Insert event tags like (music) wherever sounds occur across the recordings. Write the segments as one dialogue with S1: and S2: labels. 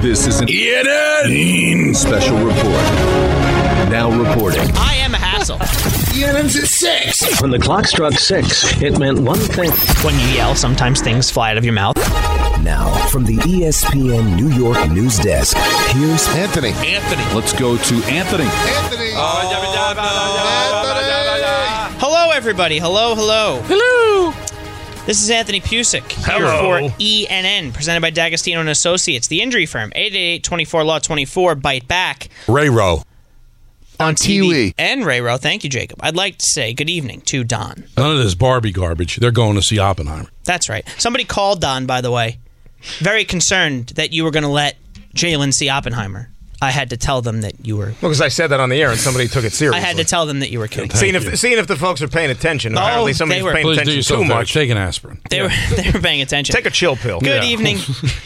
S1: This is an ENN special report. Now reporting.
S2: I am a hassle.
S3: ENN's E at six.
S4: When the clock struck six, it meant one thing.
S2: When you yell, sometimes things fly out of your mouth.
S5: Now, from the E ESPN New York news desk, here's
S3: Anthony.
S1: Anthony. Let's go to Anthony.
S3: Anthony. Anthony.
S2: Hello, everybody. Hello, hello. Hello. This is Anthony Pusick here
S6: Hello.
S2: for ENN, presented by D'Agostino and Associates, the injury firm, 888-24 Law 24, Bite Back.
S6: Rayro.
S3: On
S2: TV
S3: Tiwi.
S2: And Rayro, thank you, Jacob. I'd like to say good evening to Don.
S6: None of this Barbie garbage. They're going to see Oppenheimer.
S2: That's right. Somebody called Don, by the way. Very concerned that you were going to let Jalen see Oppenheimer. I had to tell them that you were.
S7: Well, because I said that on the air and somebody took it seriously.
S2: I had to tell them that you were kidding.
S7: Seeing if, seeing if the folks are paying attention. Apparently, somebody's
S2: they were.
S7: paying
S6: Please do
S7: attention
S6: yourself
S7: too
S6: there.
S7: much.
S6: Take an aspirin.
S2: They were (laughs) they were paying attention.
S7: Take a chill pill.
S2: Good evening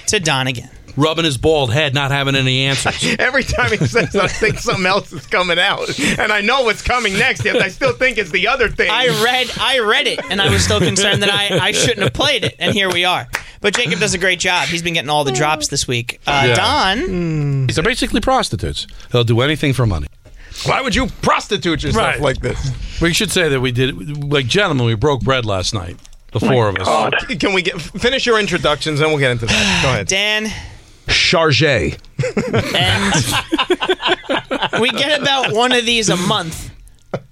S2: to Don again.
S6: Rubbing his bald head, not having any answers.
S7: (laughs) Every time he says, that,
S6: (laughs)
S7: I think something else is coming out, and I know what's coming next. Yet I still think it's the other thing.
S6: (laughs)
S2: I read I read it and I was still concerned that I, I shouldn't have played it and here we are. But Jacob does a great job. He's been getting all the drops this week. Uh,
S6: Yeah.
S2: Don,
S6: (laughs) These are basically prostitutes. They'll do anything for money.
S7: Why would you prostitute yourself
S6: Right.
S7: like this?
S6: We should say that we did, like, gentlemen, we broke bread last night. The four of us.
S7: Can we get finish your introductions and we'll get into that? Go
S2: (sighs)
S7: ahead.
S2: Dan,
S1: Charge.
S2: and we get about one of these a month.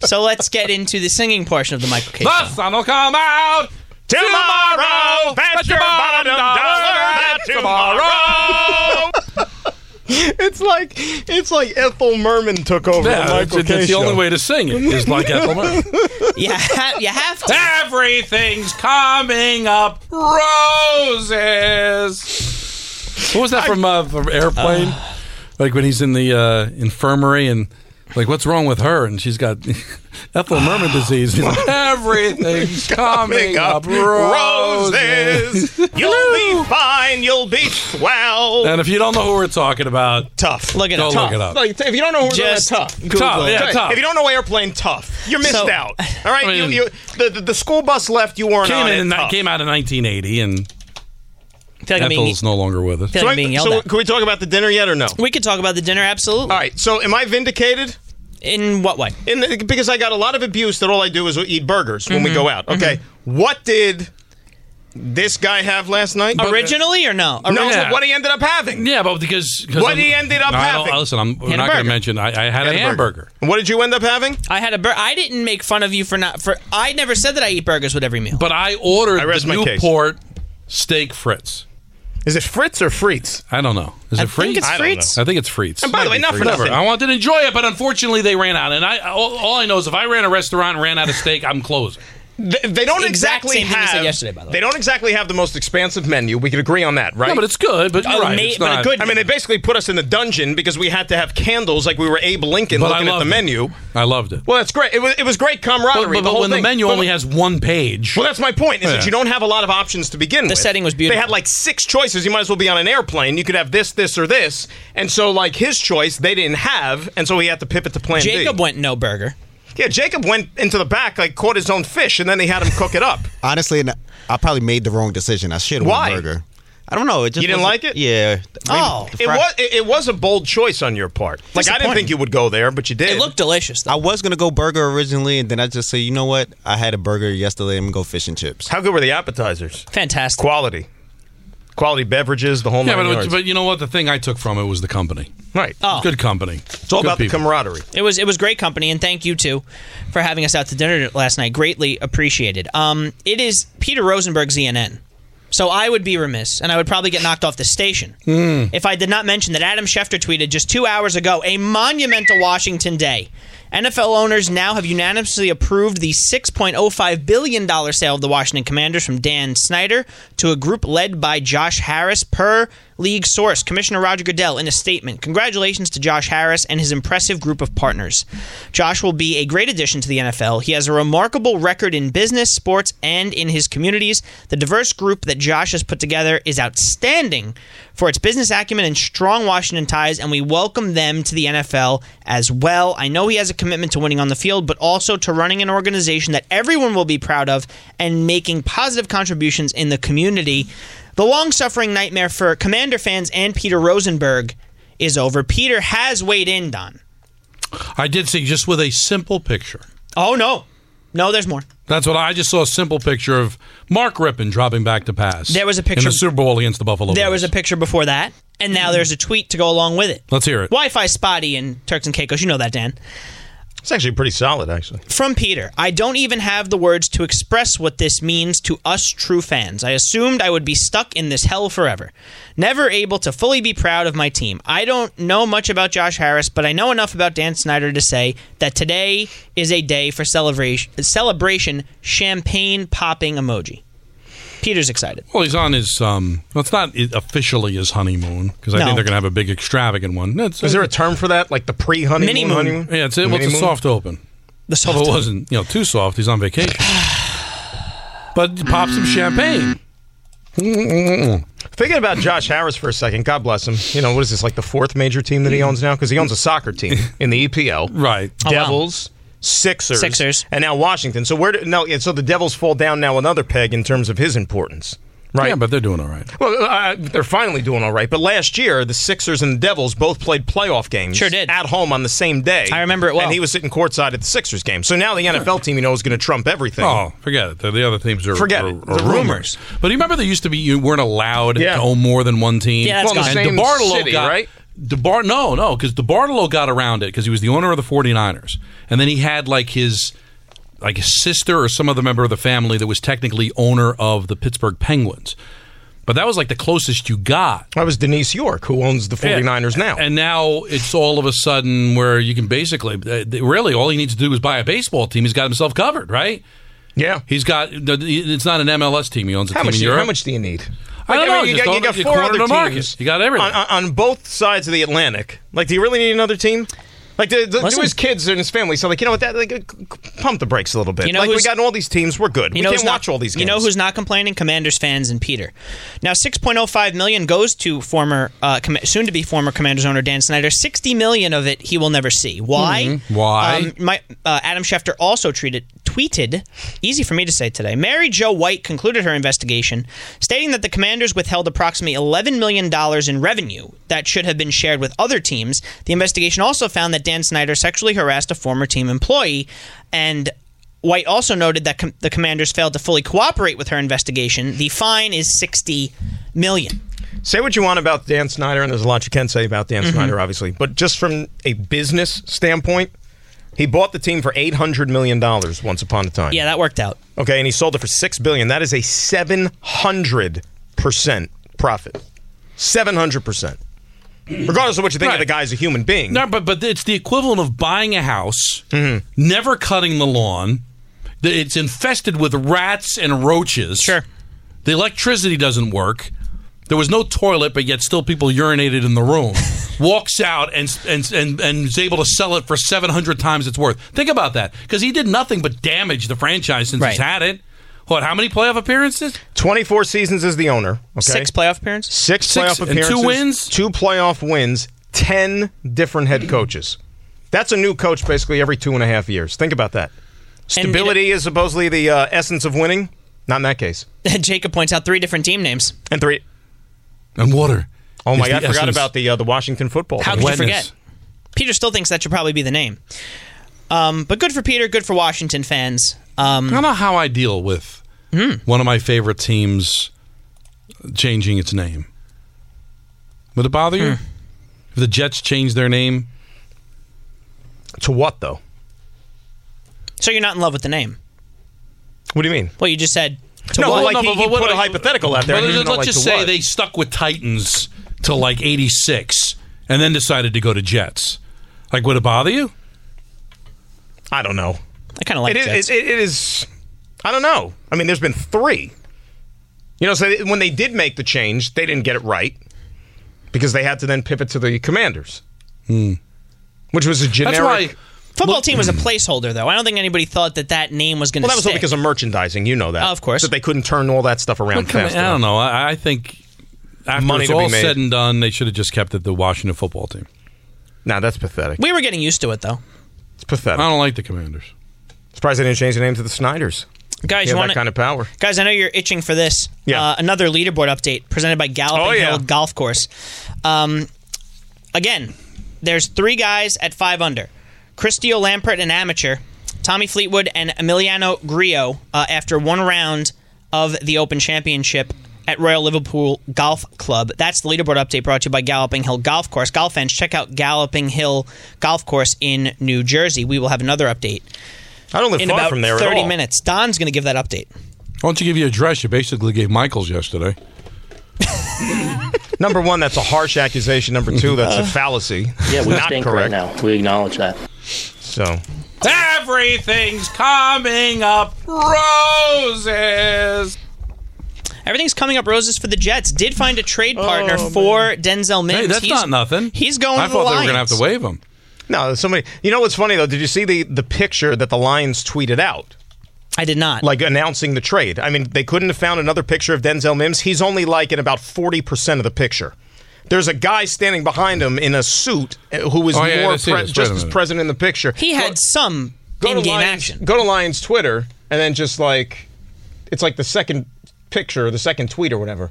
S2: So let's get into the singing portion of the Michael K.
S6: The sun will come out tomorrow. Bet your bottom dollar that tomorrow.
S7: It's like it's like Ethel Merman took over
S6: (laughs)
S7: the
S6: Yeah, it's,
S7: Michael K
S6: it's the
S7: show.
S6: only way to sing it is (laughs) like Ethel Merman.
S2: You, ha- you have to.
S6: Everything's coming up roses. What was that from uh, from Airplane? like when he's in the uh, infirmary and like what's wrong with her and she's got (laughs) Ethel Merman disease. He's like, (laughs) Everything's coming up roses.
S7: you'll be fine. You'll be swell.
S6: And if you don't know who we're talking about,
S7: Tough.
S2: Look at
S6: go
S2: it.
S6: look it up.
S7: Like, if you don't know who
S2: Just Google
S6: Tough,
S2: it.
S6: yeah, tough.
S7: If you don't know airplane, tough. You missed
S2: So-
S7: out. All right,
S6: I mean-
S7: you, you, the, the the school bus left. You weren't
S6: came
S7: on it. Oh.
S6: in
S7: tough.
S6: came out in 1980 and
S2: I feel like I'm being,
S6: Ethel's no longer with us.
S2: feel like I'm being yelled
S7: so
S2: at.
S7: can we talk about the dinner yet or no?
S2: We could talk about the dinner, absolutely.
S6: Uh,
S7: All right. So am I vindicated?
S2: In what way?
S7: In the, because I got a lot of abuse that all I do is eat burgers when we go
S6: Mm-hmm.
S7: out. Okay. What did this guy have last night?
S2: Originally or no?
S7: No.
S2: Originally.
S7: What he ended up having?
S6: Yeah, but because 'cause
S7: What
S6: I'm-
S7: he ended up
S6: I don't-
S7: having.
S6: Listen, I'm we're
S2: a
S6: not going
S2: burger.
S6: to mention. I, I had a
S7: Had a
S6: hamburger.
S7: What did you end up having?
S2: I had a bur- I didn't make fun of you for not for I never said that I eat burgers with every meal.
S6: But I ordered
S7: I rest
S6: the
S7: my case.
S6: Newport steak Fritz.
S7: Is it Fritz or Fritz?
S6: I don't know. Is
S2: I
S6: it Fritz?
S2: think it's
S7: I don't
S2: Fritz.
S6: I think it's Fritz.
S7: And by the way, not for
S6: Whatever.
S7: nothing.
S6: I wanted to enjoy it, but unfortunately, they ran out. And I all, all I know is if I ran a restaurant and ran out of steak, I'm closing.
S7: They, they don't
S2: Exact
S7: exactly
S2: same thing you
S7: have.
S2: said yesterday, by the way.
S7: They don't exactly have the most expansive menu. We could agree on that, right?
S6: No, but it's good. But you're
S2: Oh,
S6: right.
S2: ma-
S6: it's
S2: but a
S6: not-
S2: good-
S7: I mean, they basically put us in the dungeon because we had to have candles, like we were Abe Lincoln
S6: But I
S7: looking at
S6: loved it.
S7: the menu.
S6: I loved it.
S7: Well, that's great. It was, it was great
S6: but,
S7: camaraderie.
S6: but-
S7: the
S6: but
S7: whole
S6: when
S7: thing.
S6: the menu
S7: But-
S6: only has one page,
S7: Well, that's my point. Is
S6: Yeah.
S7: that you don't have a lot of options to begin with.
S2: setting was beautiful.
S7: They had like six choices. You might as well be on an airplane. You could have this, this, or this. And so, like his choice, they didn't have, and so he had to pivot to Plan
S2: Jacob
S7: B.
S2: went no burger.
S7: yeah, Jacob went into the back, like caught his own fish, and then they had him cook it up.
S8: Honestly, n- I probably made the wrong decision. I should have
S7: Why?
S8: won burger. I don't know. It just
S7: You didn't
S8: wasn't-
S7: like it?
S8: Yeah.
S2: Oh.
S8: The
S7: It
S8: fry-
S7: was it, it was a bold choice on your part. Like I didn't think you would go there, but you did.
S2: It looked delicious
S8: I
S2: though.
S8: was gonna go burger originally, and then I just said, you know what? I had a burger yesterday. I'm gonna go fish and chips.
S7: How good were the appetizers?
S2: Fantastic.
S7: Quality, quality beverages, the whole
S6: yeah,
S7: nine
S6: but,
S7: yards.
S6: but you know what? The thing I took from it was the company.
S7: right,
S2: Oh.
S6: Good company.
S7: it's all about the camaraderie.
S2: It was it was great company, and thank you too for having us out to dinner last night. Greatly appreciated. Um, it is Peter Rosenberg's ENN. So I would be remiss, and I would probably get knocked off the station if I did not mention that Adam Schefter tweeted just two hours ago a monumental Washington day. NFL owners now have unanimously approved the $6.05 billion sale of the Washington Commanders from Dan Snyder to a group led by Josh Harris, per league source. Commissioner Roger Goodell, in a statement, congratulations to Josh Harris and his impressive group of partners. Josh will be a great addition to the NFL. He has a remarkable record in business, sports, and in his communities. The diverse group that Josh has put together is outstanding for its business acumen and strong Washington ties, and we welcome them to the NFL as well. I know he has a commitment to winning on the field, but also to running an organization that everyone will be proud of and making positive contributions in the community. The long suffering nightmare for Commander fans and Peter Rosenberg is over. Peter has weighed in, Don.
S6: I did see just with a simple picture.
S2: Oh, no. No, there's more.
S6: That's what I I just saw a simple picture of Mark Rippon dropping back to pass.
S2: There was a
S6: in
S2: picture-
S6: the Super Bowl against the Buffalo.
S2: There
S6: Bills.
S2: was a picture before that, and now there's a tweet to go along with it.
S6: Let's hear it.
S2: Wi Fi spotty in Turks and Caicos. You know that, Dan.
S7: It's actually pretty solid, actually.
S2: From Peter, I don't even have the words to express what this means to us true fans. I assumed I would be stuck in this hell forever, never able to fully be proud of my team. I don't know much about Josh Harris, but I know enough about Dan Snyder to say that today is a day for celebration, celebration champagne popping emoji. Peter's excited.
S6: Well, he's on his. Um, well, it's not i- officially his honeymoon because I
S2: No.
S6: think they're going to have a big extravagant one. No, it's-
S7: Is there a term for that? Like the pre honeymoon?
S2: Mini moon.
S6: Yeah, it's, well, it's a soft open.
S2: The
S6: Although
S2: soft
S6: it wasn't, you know, too soft. He's
S2: (sighs)
S6: on vacation. but pop some champagne.
S7: Thinking about Josh Harris for a second, God bless him. You know, what is this, like the fourth major team that he owns now? Because he owns a soccer team in the EPL.
S6: (laughs) Right.
S2: Oh, wow.
S7: Devils, Sixers,
S2: Sixers.
S7: and now Washington. So where do, no? yeah, So the Devils fall down now another peg in terms of his importance, right?
S6: Yeah, but they're doing all right.
S7: well, uh, they're finally doing all right. But last year, the Sixers and the Devils both played playoff games.
S2: Sure did.
S7: at home on the same day.
S2: I remember it well.
S7: And he was sitting courtside at the Sixers game. So now the NFL team, you know, is going to trump everything.
S6: Oh, forget it. The, the other teams are
S7: Forget
S6: are,
S7: it.
S6: are
S7: The
S6: rumors. But you remember there used to be you weren't allowed
S7: Yeah.
S6: to own more than one team.
S2: Yeah, that's Well, in the
S7: gone. same
S6: and DeBartolo
S7: city,
S6: got,
S7: right?
S6: DeBar no, no, because DeBartolo got around it because he was the owner of the 49ers, and then he had like his like his sister or some other member of the family that was technically owner of the Pittsburgh Penguins. But that was like the closest you got.
S7: That was Denise York, who owns the 49ers now.
S6: And now it's all of a sudden where you can basically, uh, really, all he needs to do is buy a baseball team. He's got himself covered, right?
S7: yeah.
S6: He's got. It's not an MLS team. He owns a
S7: How
S6: team
S7: much,
S6: in
S7: do you,
S6: Europe.
S7: how much do you need?
S6: I don't know,
S7: you,
S6: just
S7: got, you
S6: own it,
S7: got
S6: you
S7: four
S6: corner
S7: other
S6: the market.
S7: teams.
S6: You got everything.
S7: on, on, on both sides of the Atlantic. Like, do you really need another team? Like, do, do, do
S2: Listen.
S7: his kids and his family so like, you know what? That like, c- c- pump the brakes a little bit.
S2: You know
S7: like, we
S2: who's-
S7: got all these teams. We're good.
S2: You
S7: we
S2: know
S7: can
S2: who's not-
S7: watch all these games.
S2: You know who's not complaining? Commanders fans and Peter. Now, 6.05 million goes to former, uh, com- soon-to-be former Commanders owner Dan Snyder. 60 million of it he will never see. Why?
S7: Hmm.
S6: Why?
S2: Um, my, uh, Adam Schefter also treated, tweeted, easy for me to say today. Mary Jo White concluded her investigation, stating that the Commanders withheld approximately 11 million dollars in revenue that should have been shared with other teams. The investigation also found that Dan Snyder sexually harassed a former team employee, and White also noted that com- the commanders failed to fully cooperate with her investigation. The fine is 60 million.
S7: Say what you want about Dan Snyder, and there's a lot you can say about
S2: Mm-hmm.
S7: Dan Snyder, obviously. But just from a business standpoint, he bought the team for eight hundred million dollars once upon a time.
S2: Yeah, that worked out.
S7: Okay, and he sold it for six billion. That is a seven hundred percent profit. Seven hundred percent. Regardless of what you think of
S6: Right.
S7: the guy as a human being.
S6: No, but but it's the equivalent of buying a house,
S7: Mm-hmm.
S6: never cutting the lawn. The- It's infested with rats and roaches.
S2: Sure.
S6: The electricity doesn't work. There was no toilet, but yet still people urinated in the
S7: (laughs)
S6: room. Walks out and and and and is able to sell it for seven hundred times its worth. Think about that, because he did nothing but damage the franchise since
S2: Right.
S6: he's had it. What? How many playoff appearances?
S7: Twenty four seasons as the owner. Okay.
S2: Six playoff appearances? (laughs)
S7: Six
S6: Six
S7: playoff
S6: and two
S7: appearances.
S6: wins?
S7: Two playoff wins, ten different head coaches. That's a new coach basically every two and a half years. Think about that.
S2: And, you know-
S7: Stability is supposedly the uh, essence of winning. Not in that case.
S2: Jacob points out three different team names.
S7: And three
S6: And water.
S7: Oh my
S6: is
S7: god,
S6: the
S7: I forgot
S6: essence.
S7: about the uh, the Washington football.
S2: How
S7: team.
S2: could you
S6: Wetness.
S2: forget? Peter still thinks that should probably be the name. Um, but good for Peter, good for Washington fans. Um,
S6: I don't know how I deal with one of my favorite teams changing its name. Would it bother you if the Jets changed their name?
S7: to what though?
S2: so you're not in love with the name.
S7: What do you mean?
S2: Well, you just said. To
S7: No,
S2: what?
S7: like
S6: no,
S7: he,
S6: Oh, but-
S7: he
S6: but what-
S7: put a hypothetical out there.
S6: Well,
S7: and he
S6: let's
S7: didn't know, like,
S6: just
S7: to
S6: say
S7: what.
S6: they stuck with Titans till like '86, and then decided to go to Jets. Like, would it bother you?
S7: I don't know.
S2: I kind of like
S7: It
S2: Jets.
S7: is. It, it is. I don't know. I mean, there's been three. You know, so when they did make the change, they didn't get it right because they had to then pivot to the Commanders,
S2: Hmm.
S7: which was a generic.
S6: That's why.
S2: Football team was a placeholder, though. I don't think anybody thought that that name was going to.
S7: well, that was all because of merchandising. You know that,
S2: Of course.
S7: that they couldn't turn all that stuff around
S6: Look, I
S7: fast. enough.
S6: don't know. I, I think after
S7: Money
S6: it's
S7: to be
S6: all
S7: made.
S6: said and done, they should have just kept it the Washington Football Team.
S7: Nah, that's pathetic.
S2: we were getting used to it, though.
S7: It's pathetic.
S6: I don't like the Commanders.
S7: Surprised they didn't change the name to the Snyders.
S2: Guys,
S7: He
S2: you
S7: had
S2: want
S7: that kind of power.
S2: Guys, I know you're itching for this.
S7: Yeah.
S2: Uh, another leaderboard update presented by Galloping
S7: Oh, yeah.
S2: Hill Golf Course. Um, again, there's three guys at five under: Cristio Lampert, an amateur; Tommy Fleetwood and Emiliano Grillo. Uh, after one round of the Open Championship at Royal Liverpool Golf Club. That's the leaderboard update brought to you by Galloping Hill Golf Course. Golf fans, check out Galloping Hill Golf Course in New Jersey. We will have another update
S7: I don't live
S2: in
S7: far
S2: about
S7: from there
S2: 30
S7: at all.
S2: minutes. Don's going to give that update.
S6: Why don't you give you a dress? You basically gave Michael's yesterday.
S7: Number one, that's a harsh accusation. Number two, that's
S9: (laughs)
S7: a fallacy.
S9: Uh, Yeah, we
S7: Not
S9: stink
S7: correct.
S9: right now. We acknowledge that.
S7: So
S6: Everything's coming up roses.
S2: Everything's coming up roses for the Jets. Did find a trade partner for Denzel Mims.
S6: Hey, that's
S2: He's-
S6: not nothing.
S2: He's going.
S6: I
S2: to
S6: thought
S2: the
S6: they were
S2: going
S6: gonna have to waive him.
S7: no, somebody. You know what's funny though? Did you see the the picture that the Lions tweeted out,
S2: I did not.
S7: like announcing the trade? I mean, they couldn't have found another picture of Denzel Mims. He's only like in about forty percent of the picture. There's a guy standing behind him in a suit uh, who was
S6: Oh, yeah, I
S7: more
S6: didn't see
S7: pre-
S6: this. Wait
S7: just
S6: a
S7: as
S6: minute.
S7: present in the picture.
S2: he
S7: Go-
S2: had some
S7: go to
S2: in-game
S7: Lions,
S2: action.
S7: Go to Lions Twitter and then just like it's like the second picture or the second tweet or whatever.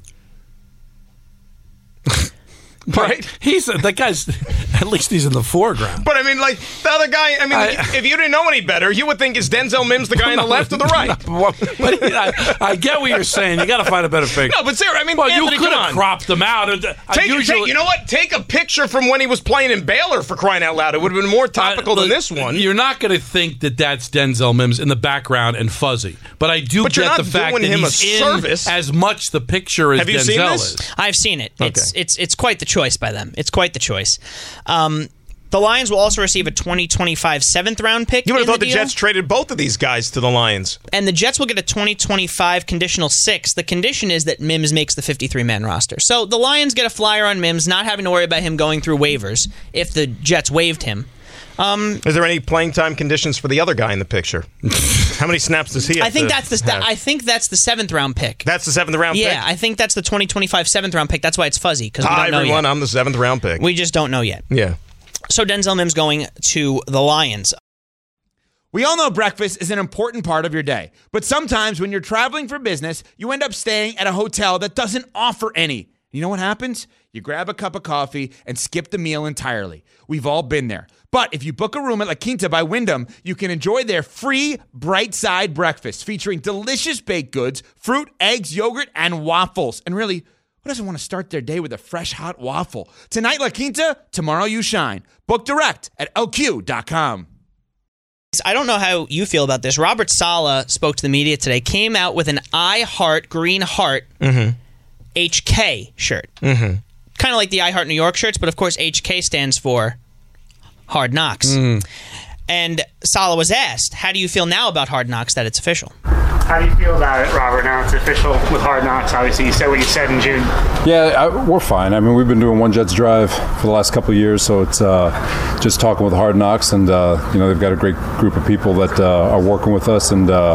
S7: right?
S6: He's that guy's. (laughs) At least he's in the foreground.
S7: But I mean, like the other guy. I mean,
S6: I-
S7: if you didn't know any better, you would think is Denzel Mims the guy
S6: (laughs)
S7: on the left or the right?
S6: Well, but I, I get what you're saying. You got to find a better picture.
S7: No, but Sarah, I mean,
S6: well, you
S7: Anthony,
S6: could
S7: come
S6: have
S7: on.
S6: cropped them out. And, I
S7: Take,
S6: usually,
S7: take, you know what? Take a picture from when he was playing in Baylor for crying out loud. It would have been
S2: Uh,
S7: more
S6: I-
S7: topical than
S6: look,
S7: this one.
S6: You're not going to think that that's Denzel Mims in the background and fuzzy. But I do
S7: But you're
S6: get the
S7: not
S6: fact
S7: doing
S6: that
S7: him a
S6: he's in
S7: service.
S6: as much the picture as
S7: Have you
S6: Denzel
S7: seen this?
S6: is.
S2: I've seen it. It's it's it's quite the choice by them. It's quite the choice. Um, the Lions will also receive a 2025 seventh round pick.
S7: you would have
S2: in
S7: thought the,
S2: deal,
S7: Jets traded both of these guys to the Lions.
S2: and the Jets will get a 2025 conditional six. The condition is that Mims makes the 53 man roster. So the Lions get a flyer on Mims, not having to worry about him going through waivers if the Jets waived him.
S7: Is there any playing time conditions for the other guy in
S2: (laughs)
S7: the picture? How many snaps does he? Have
S2: I think
S7: to
S2: that's the
S7: have?
S2: I think that's the seventh round pick.
S7: that's the seventh round
S2: yeah,
S7: pick.
S2: I think that's the 2025 seventh round pick. That's why it's fuzzy because we
S7: Hi
S2: don't know
S7: everyone,
S2: yet.
S7: I'm the seventh round pick.
S2: We just don't know yet.
S7: yeah.
S2: So Denzel Mims going to the Lions.
S10: We all know breakfast is an important part of your day, but sometimes when you're traveling for business, you end up staying at a hotel that doesn't offer any. You know what happens? You grab a cup of coffee and skip the meal entirely. We've all been there. But if you book a room at La Quinta by Wyndham, you can enjoy their free bright side breakfast featuring delicious baked goods, fruit, eggs, yogurt, and waffles. And really, who doesn't want to start their day with a fresh hot waffle? Tonight, La Quinta, tomorrow, you shine. Book direct at lq.com.
S2: I don't know how you feel about this. Robert Sala spoke to the media today, came out with an I Heart Green Heart
S7: Mm-hmm.
S2: HK shirt. Mm-hmm. Kind of like the I Heart New York shirts, but of course, HK stands for Hard Knocks.
S7: Mm-hmm.
S2: And Sala was asked, How do you feel now about Hard Knocks that it's official?
S11: How do you feel about it, Robert? Now it's official with Hard Knocks. Obviously, you said what you said in June.
S12: Yeah, I, we're fine. I mean, we've been doing One Jets Drive for the last couple of years, so it's uh, just talking with Hard Knocks, and uh, you know they've got a great group of people that uh, are working with us, and uh,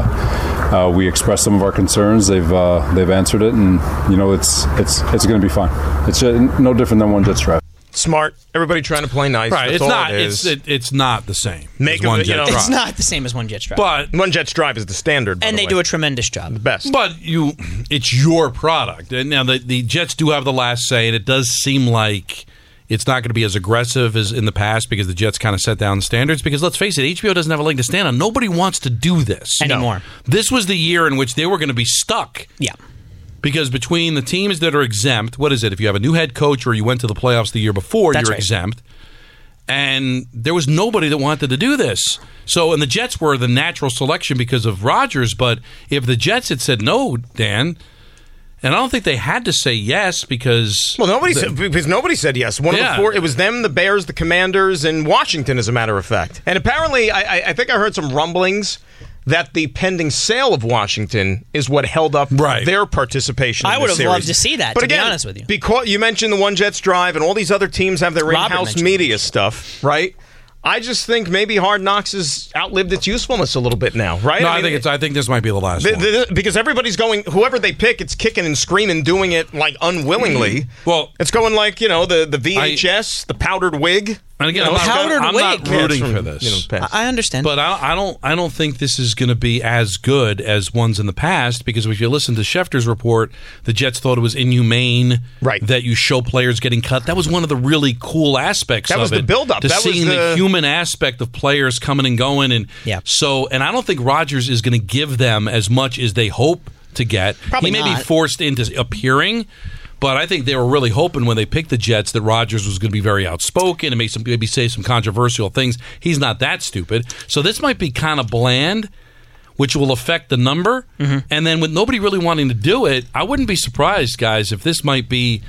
S12: uh, we expressed some of our concerns. They've uh, they've answered it, and you know it's it's it's going to be fine. It's uh no different than One Jets Drive.
S7: Smart. Everybody trying to play nice.
S6: Right.
S7: That's
S6: it's
S7: all
S6: not.
S7: it
S6: it's
S7: is.
S6: it, it's not the same.
S7: Make
S6: as
S7: of
S6: one
S7: it, you
S6: jet
S7: know,
S6: drive.
S2: It's not the same as One Jet Drive.
S6: But
S7: One Jets drive is the standard, by
S2: and
S7: the
S2: they
S7: way.
S2: do a tremendous job.
S7: best.
S6: But you, it's your product. And now the, the Jets do have the last say, and it does seem like it's not going to be as aggressive as in the past because the Jets kind of set down standards. Because let's face it, HBO doesn't have a leg to stand on. Nobody wants to do this
S2: Anymore.
S6: This was the year in which they were going to be stuck.
S2: Yeah.
S6: Because between the teams that are exempt, what is it? If you have a new head coach or you went to the playoffs the year before,
S2: That's
S6: you're
S2: right.
S6: exempt. And there was nobody that wanted to do this. So, and the Jets were the natural selection because of Rodgers. But if the Jets had said no, Dan, and I don't think they had to say yes because
S7: Well, nobody said because nobody said yes. One of
S6: Yeah.
S7: the four, it was them, the Bears, the Commanders, and Washington, as a matter of fact. And apparently, I, I- I think I heard some rumblings that the pending sale of Washington is what held up
S6: Right.
S7: their participation. in
S2: I
S7: the
S2: would have
S7: series.
S2: loved to see that,
S7: But
S2: to be
S7: again,
S2: honest with you.
S7: because you mentioned the One Jets drive and all these other teams have their
S2: Robert
S7: in-house
S2: mentioned
S7: media stuff, right? I just think maybe Hard Knocks has outlived its usefulness a little bit now, right?
S6: no, I,
S7: mean,
S6: think it's. I think this might be the last.
S7: Th-
S6: one.
S7: th- because everybody's going, whoever they pick, it's kicking and screaming, doing it like unwillingly.
S6: Mm-hmm. Well-
S7: it's going like you know the the VHS, the powdered wig.
S6: And again,
S2: You know,
S6: I'm,
S2: powdered
S6: not, I'm not
S2: wig.
S6: rooting
S2: From,
S6: for this.
S2: you know, past. I- I understand.
S6: but I, I don't. I don't think this is going to be as good as ones in the past because if you listen to Schefter's report, the Jets thought it was inhumane right. that you show players getting cut. That was one of the really cool aspects.
S7: That
S6: of
S7: was the
S6: it,
S7: buildup.
S6: to
S7: That was
S6: seeing
S7: the-
S6: human aspect of players coming and going, and
S2: Yeah.
S6: So, and I don't think Rodgers is going to give them as much as they hope to get.
S2: Probably
S6: he may be
S2: not.
S6: forced into appearing. But I think they were really hoping when they picked the Jets that Rodgers was going to be very outspoken and make some maybe say some controversial things. He's not that stupid. So this might be kind of bland, which will affect the number. And then with nobody really wanting to do it, I wouldn't be surprised, guys, if this might be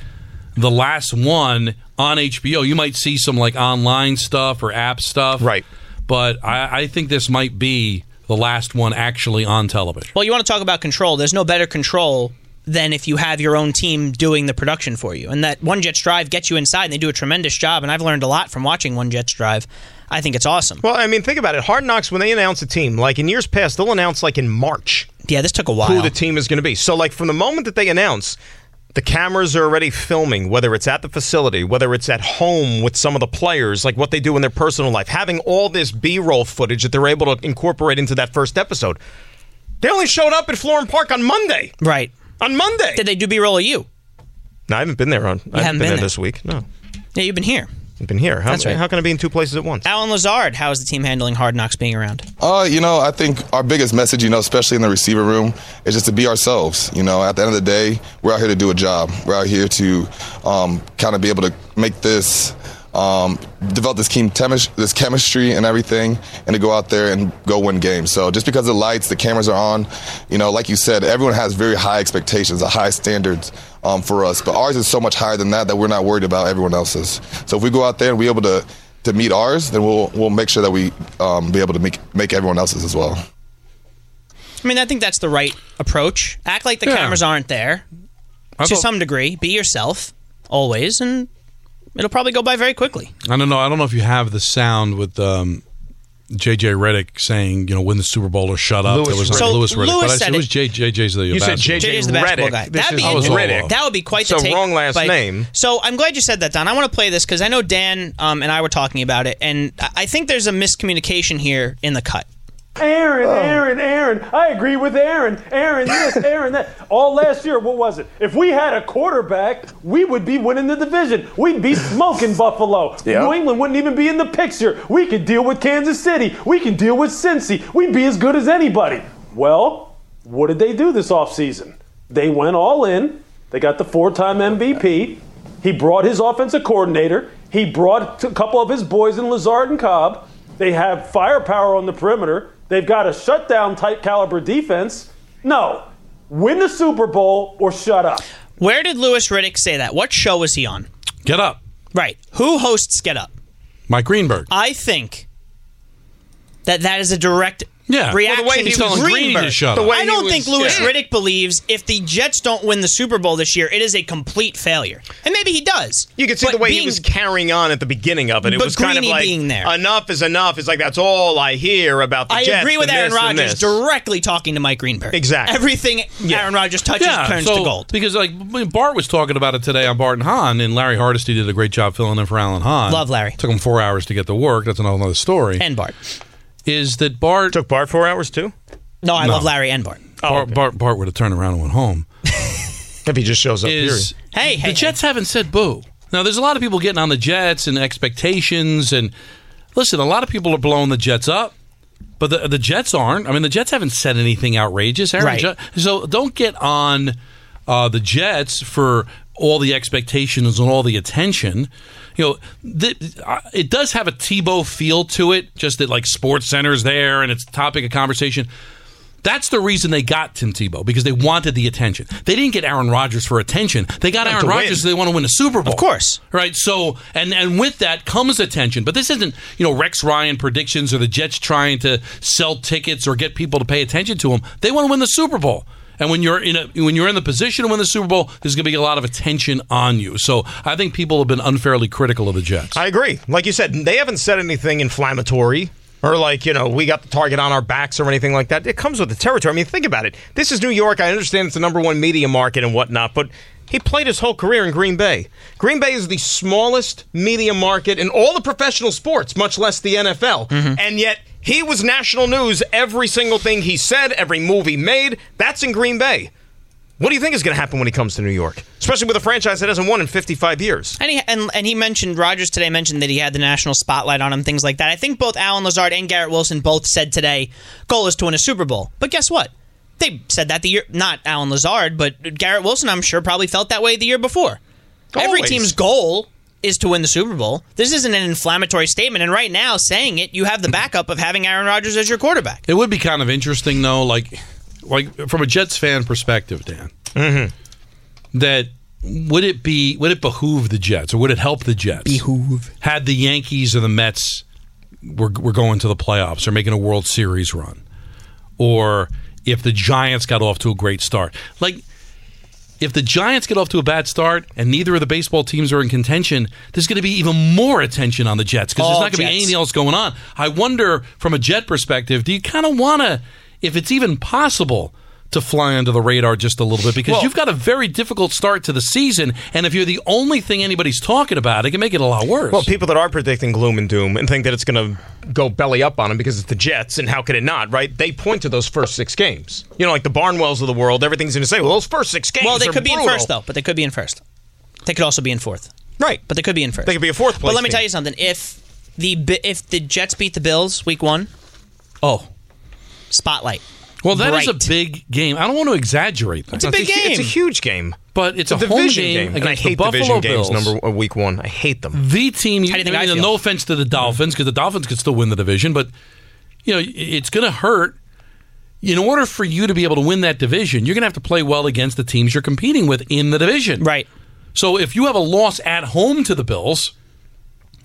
S6: the last one on HBO. You might see some like online stuff or app stuff, right? But I, I think this might be the last one actually on television.
S2: Well, you want to talk about control. There's no better control than if you have your own team doing the production for you. And that One Jets Drive gets you inside, and they do a tremendous job. And I've learned a lot from watching One Jets Drive. I think it's awesome.
S7: Well, I mean, think about it. Hard Knocks, when they announce a team, like in years past, they'll announce like in March.
S2: Yeah, this took a while.
S7: Who the team is going to be. So, like from the moment that they announce, the cameras are already filming, whether it's at the facility, whether it's at home with some of the players, like what they do in their personal life. Having all this B-roll footage that they're able to incorporate into that first episode. They only showed up at Florham Park on Monday.
S2: Right.
S7: On Monday. Did
S2: they do B-roll of you?
S7: No, I haven't been there on. I
S2: haven't been
S7: haven't been, there
S2: there.
S7: this week. No,
S2: Yeah, you've been here.
S7: I've been here. How,
S2: That's right.
S7: how can I be in two places at once?
S2: Alan Lazard, how is the team handling Hard Knocks being around?
S9: Uh, you know, I think our biggest message, you know, especially in the receiver room, is just to be ourselves. You know, at the end of the day, we're out here to do a job. We're out here to um, kind of be able to make this, um, develop this team temis- this chemistry and everything, and to go out there and go win games. So just because the lights, the cameras are on, you know, like you said, everyone has very high expectations, a high standards um, for us. But ours is so much higher than that that we're not worried about everyone else's. So if we go out there and we're able to to meet ours, then we'll we'll make sure that we um, be able to make make everyone else's as well.
S2: I mean, I think that's the right approach. Act like the
S9: Yeah.
S2: cameras aren't there
S6: How
S2: to
S6: about-
S2: some degree. Be yourself always, and it'll probably go by very quickly.
S6: I don't know. I don't know if you have the sound with um, JJ Reddick saying, you know, win the Super Bowl or shut up.
S2: Lewis
S6: There was
S2: Riddick. So
S6: Lewis Reddick.
S2: Lewis
S6: but I
S2: said
S6: said, it was
S2: it-
S6: J, JJ's the
S7: You said
S6: basketball guy.
S2: JJ's the basketball guy.
S6: This
S2: That'd
S6: is-
S2: be,
S6: I was all
S2: interesting.
S6: off.
S2: that would be quite the
S7: So
S2: take.
S7: wrong last
S2: but-
S7: name.
S2: So I'm glad you said that, Don. I want to play this because I know Dan um, and I were talking about it, and I I think there's a miscommunication here in the cut.
S13: Aaron, Aaron, Aaron. I agree with Aaron. Aaron
S2: (laughs)
S13: this, Aaron that. All last year, what was it? If we had a quarterback, we would be winning the division. We'd be
S2: (laughs)
S13: smoking Buffalo.
S14: Yeah.
S13: New England wouldn't even be in the picture. We could deal with Kansas City. We can deal with Cincy. We'd be as good as anybody. Well, what did they do this offseason? They went all in. They got the four time MVP. He brought his offensive coordinator. He brought a couple of his boys in Lazard and Cobb. They have firepower on the perimeter. They've got a shutdown type caliber defense. No, win the Super Bowl or shut up.
S2: Where did Lewis Riddick say that? What show was he on?
S6: Get Up.
S2: Right. Who hosts Get Up?
S6: Mike Greenberg.
S2: I think that that is a direct
S6: Yeah.
S2: reaction
S6: Well, the way he
S2: to
S6: was- Green
S2: Greenberg.
S6: to shut The up. way
S2: I
S6: he
S2: don't
S6: was-
S2: think Lewis
S6: yeah.
S2: Riddick believes if the Jets don't win the Super Bowl this year, it is a complete failure. And maybe he does.
S7: You can see the way he was carrying on at the beginning of it. It
S2: But
S7: was kind of
S2: Greeny
S7: like
S2: being there.
S7: enough is enough. It's like that's all I hear about the
S2: I
S7: Jets.
S2: agree with
S7: and
S2: Aaron
S7: this and
S2: Rodgers
S7: this.
S2: directly talking to Mike Greenberg.
S7: Exactly.
S2: Everything Aaron Rodgers touches turns
S6: so-
S2: to gold.
S6: Because like when Bart was talking about it today on Bart and Hahn, and Larry Hardesty did a great job filling in for Alan Hahn.
S2: Love Larry.
S6: Took him four hours to get to work. That's another another story.
S2: And Bart.
S6: Is that Bart took
S7: Bart four hours too?
S2: No, I
S6: No. Uh,
S2: love Larry and Bart.
S6: Bart, Bart, Bart would have turned around and
S2: (laughs)
S6: went home.
S7: if he just shows
S6: up.
S2: hey, hey,
S6: the Jets haven't said boo. Now, there's a lot of people getting on the Jets and expectations, and listen, a lot of people are blowing the Jets up, but the, the Jets aren't. I mean, the Jets haven't said anything outrageous. Aaron
S2: Right.
S6: Jud- so don't get on uh, the Jets for all the expectations and all the attention. You know, th- uh, it does have a Tebow feel to it, just that like Sports Center's there and it's a topic of conversation. That's the reason they got Tim Tebow because they wanted the attention. They didn't get Aaron Rodgers for attention. They got
S7: No,
S6: Aaron
S7: to win.
S6: Rodgers. so They want to win a Super Bowl, of
S2: course,
S6: right? So, and and with that comes attention. But this isn't you know Rex Ryan predictions or the Jets trying to sell tickets or get people to pay attention to them. They want to win the Super Bowl. And when you're in a when you're in the position to win the Super Bowl, there's going to be a lot of attention on you. So I think people have been unfairly critical of the Jets.
S7: I agree. Like you said, they haven't said anything inflammatory or like, you know, we got the target on our backs or anything like that. It comes with the territory. I mean, think about it. This is New York. I understand it's the number one media market and whatnot, but He played his whole career in Green Bay. Green Bay is the smallest media market in all the professional sports, much less the NFL. And yet, he was national news every single thing he said, every move he made. That's in Green Bay. What do you think is going to happen when he comes to New York? Especially with a franchise that hasn't won in 55 years.
S2: And he and, and he mentioned Rogers today mentioned that he had the national spotlight on him, things like that. I think both Alan Lazard and Garrett Wilson both said today, goal is to win a Super Bowl. But guess what? They said that the year not Alan Lazard, but Garrett Wilson, I'm sure, probably felt that way the year before. Every
S7: Always.
S2: team's goal is to win the Super Bowl. This isn't an inflammatory statement, and right now saying it, you have the backup of having Aaron Rodgers as your quarterback.
S6: It would be kind of interesting though, like like from a Jets fan perspective, Dan. That would it be would it behoove the Jets or would it help the Jets? Behoove had the Yankees or the Mets were were going to the playoffs or making a World Series run, or if the Giants got off to a great start, like. If the Giants get off to a bad start and neither of the baseball teams are in contention, there's going to be even more attention on the Jets because there's
S14: All
S6: not going to be
S14: Jets.
S6: anything else going on. I wonder, from a Jet perspective, do you kind of want to, if it's even possible, to fly under the radar just a little bit because you've got a very difficult start to the season, and if you're the only thing anybody's talking about, it can make it a lot worse.
S7: Well, people that are predicting gloom and doom and think that it's going to go belly up on them because it's the Jets, and how could it not, right? They point to those first six games. You know, like the Barnwells of the world, everything's going to say, well, those first six games
S2: Well, they
S7: are
S2: could be in
S7: brutal.
S2: first though, but they could be in first. They could also be in fourth.
S7: Right,
S2: but they could be in first.
S7: They could be a fourth place
S2: But let me
S7: team.
S2: tell you something. If the Bi- if the Jets beat the Bills week one, oh, spotlight.
S6: Well, that is
S2: Bright.
S6: a big game. I don't want to exaggerate that.
S7: It's a big game. It's a huge game.
S6: But it's a, home
S7: division
S6: game
S7: And I
S6: against the
S7: hate
S6: Buffalo
S7: division games,
S6: Bills.
S7: number uh, week one. I hate them.
S6: the team. You,
S7: How do you think
S6: I
S7: I
S6: mean,
S7: feel?
S6: no offense to the Dolphins, because the Dolphins could still win the division, but you know it's going to hurt. In order for you to be able to win that division, you're going to have to play well against the teams you're competing with in the division.
S2: Right.
S6: So if you have a loss at home to the Bills,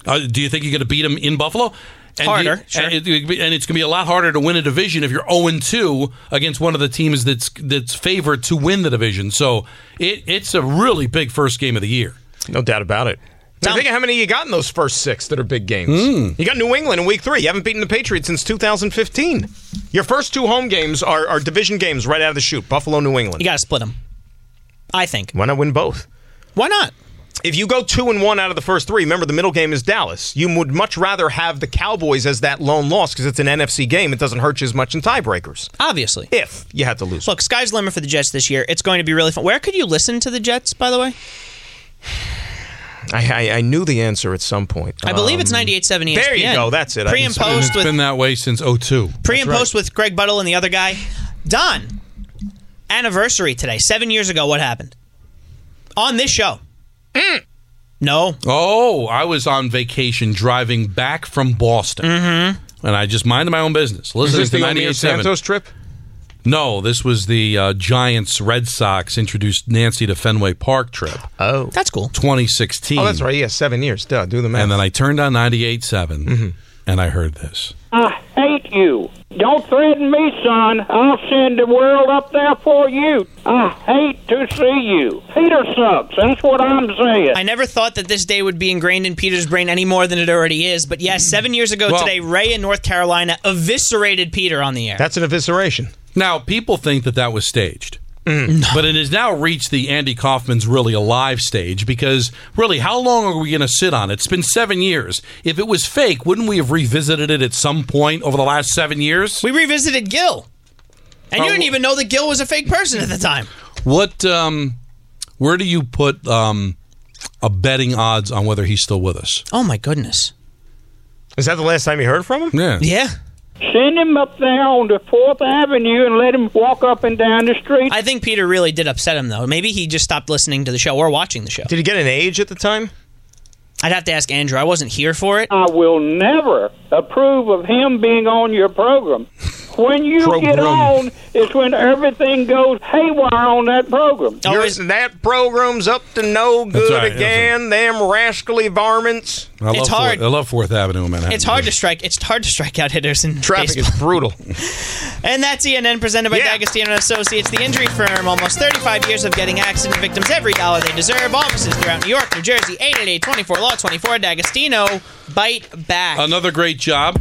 S6: uh, do you think you're going to beat them in Buffalo? And
S2: Harder,
S6: you-
S2: sure.
S6: and, it- and it's going to be a lot harder to win a division if you're 0 2 against one of the teams that's that's favored to win the division. So it, it's a really big first game of the year.
S7: No doubt about it. Now, think of how many you got in those first six that are big games.
S6: Hmm.
S7: You got New England in week three. You haven't beaten the Patriots since 2015. Your first two home games are, are division games right out of the chute Buffalo, New England. You
S2: got to split them. I think.
S7: Why not win both?
S2: Why not?
S7: If you go two and one out of the first three, remember the middle game is Dallas. You would much rather have the Cowboys as that lone loss because it's an NFC game. It doesn't hurt you as much in tiebreakers.
S2: Obviously.
S7: If you had to lose.
S2: Look, sky's the limit for the Jets this year. It's going to be really fun. Where could you listen to the Jets, by the way?
S7: I, I, I knew the answer at some point.
S2: I believe it's
S7: Um,
S2: 98.7 ESPN.
S7: There you go. That's it. I
S2: Pre and
S7: just-
S2: post with
S6: that way since 02.
S2: pre and post with Greg Buttle and the other guy. Don, anniversary today. Seven years ago, what happened? On this show. No.
S6: Oh, I was on vacation driving back from Boston. Mm-hmm. And I just minded my own business.
S7: Is
S6: Listening
S7: this
S6: to
S7: the Omeo
S6: 98.7.
S7: Santos trip?
S6: No, this was the uh, Giants Red Sox introduced Nancy to Fenway Park trip.
S7: Oh.
S2: That's cool.
S6: 2016.
S7: Oh, that's right. Yeah, seven years. Duh, do the math.
S6: And then I turned on 98.7
S7: Mm-hmm.
S6: and I heard this.
S15: I hate you. Don't threaten me, son. I'll send the world up there for you. I hate to see you. Peter sucks. That's what I'm saying.
S2: I never thought that this day would be ingrained in Peter's brain any more than it already is. But yes, seven years ago
S6: Well-
S2: today, Ray in North Carolina eviscerated Peter on the air.
S7: That's an evisceration.
S6: Now, people think that that was staged.
S15: Mm.
S6: But it has now reached the Andy Kaufman's really alive stage because, really, how long are we going to sit on it? It's been seven years. If it was fake, wouldn't we have revisited it at some point over the last seven years?
S2: We revisited Gil. And you didn't even know that Gil was a fake person at the time.
S6: What, um, where do you put um, a betting odds on whether he's still with us?
S2: Oh, my goodness.
S7: Is that the last time you heard from him?
S6: Yeah.
S2: Yeah.
S15: Send him up there on the Fourth Avenue and let him walk up and down the street.
S2: I think Peter really did upset him, though. Maybe he just stopped listening to the show or watching the show. Did
S7: he get an age at the time?
S2: I'd have to ask Andrew. I wasn't here for it.
S15: I will never approve of him being on your program. When you get
S2: Program.
S15: on is when everything goes haywire on that program.
S2: Oh,
S7: You're- that program's up to no good
S6: right, that's
S7: again. Them rascally varmints.
S6: I love Fourth, I love Fourth Avenue in Manhattan.
S2: It's hard to strike. It's hard to strike out hitters in
S7: Traffic
S2: baseball.
S7: is brutal.
S2: And that's ENN presented by D'Agostino and Associates, the injury firm. Almost 35 years of getting accident victims every dollar they deserve. Offices throughout New York, New Jersey, 888 24 Law 24. D'Agostino, bite back.
S6: Another great job.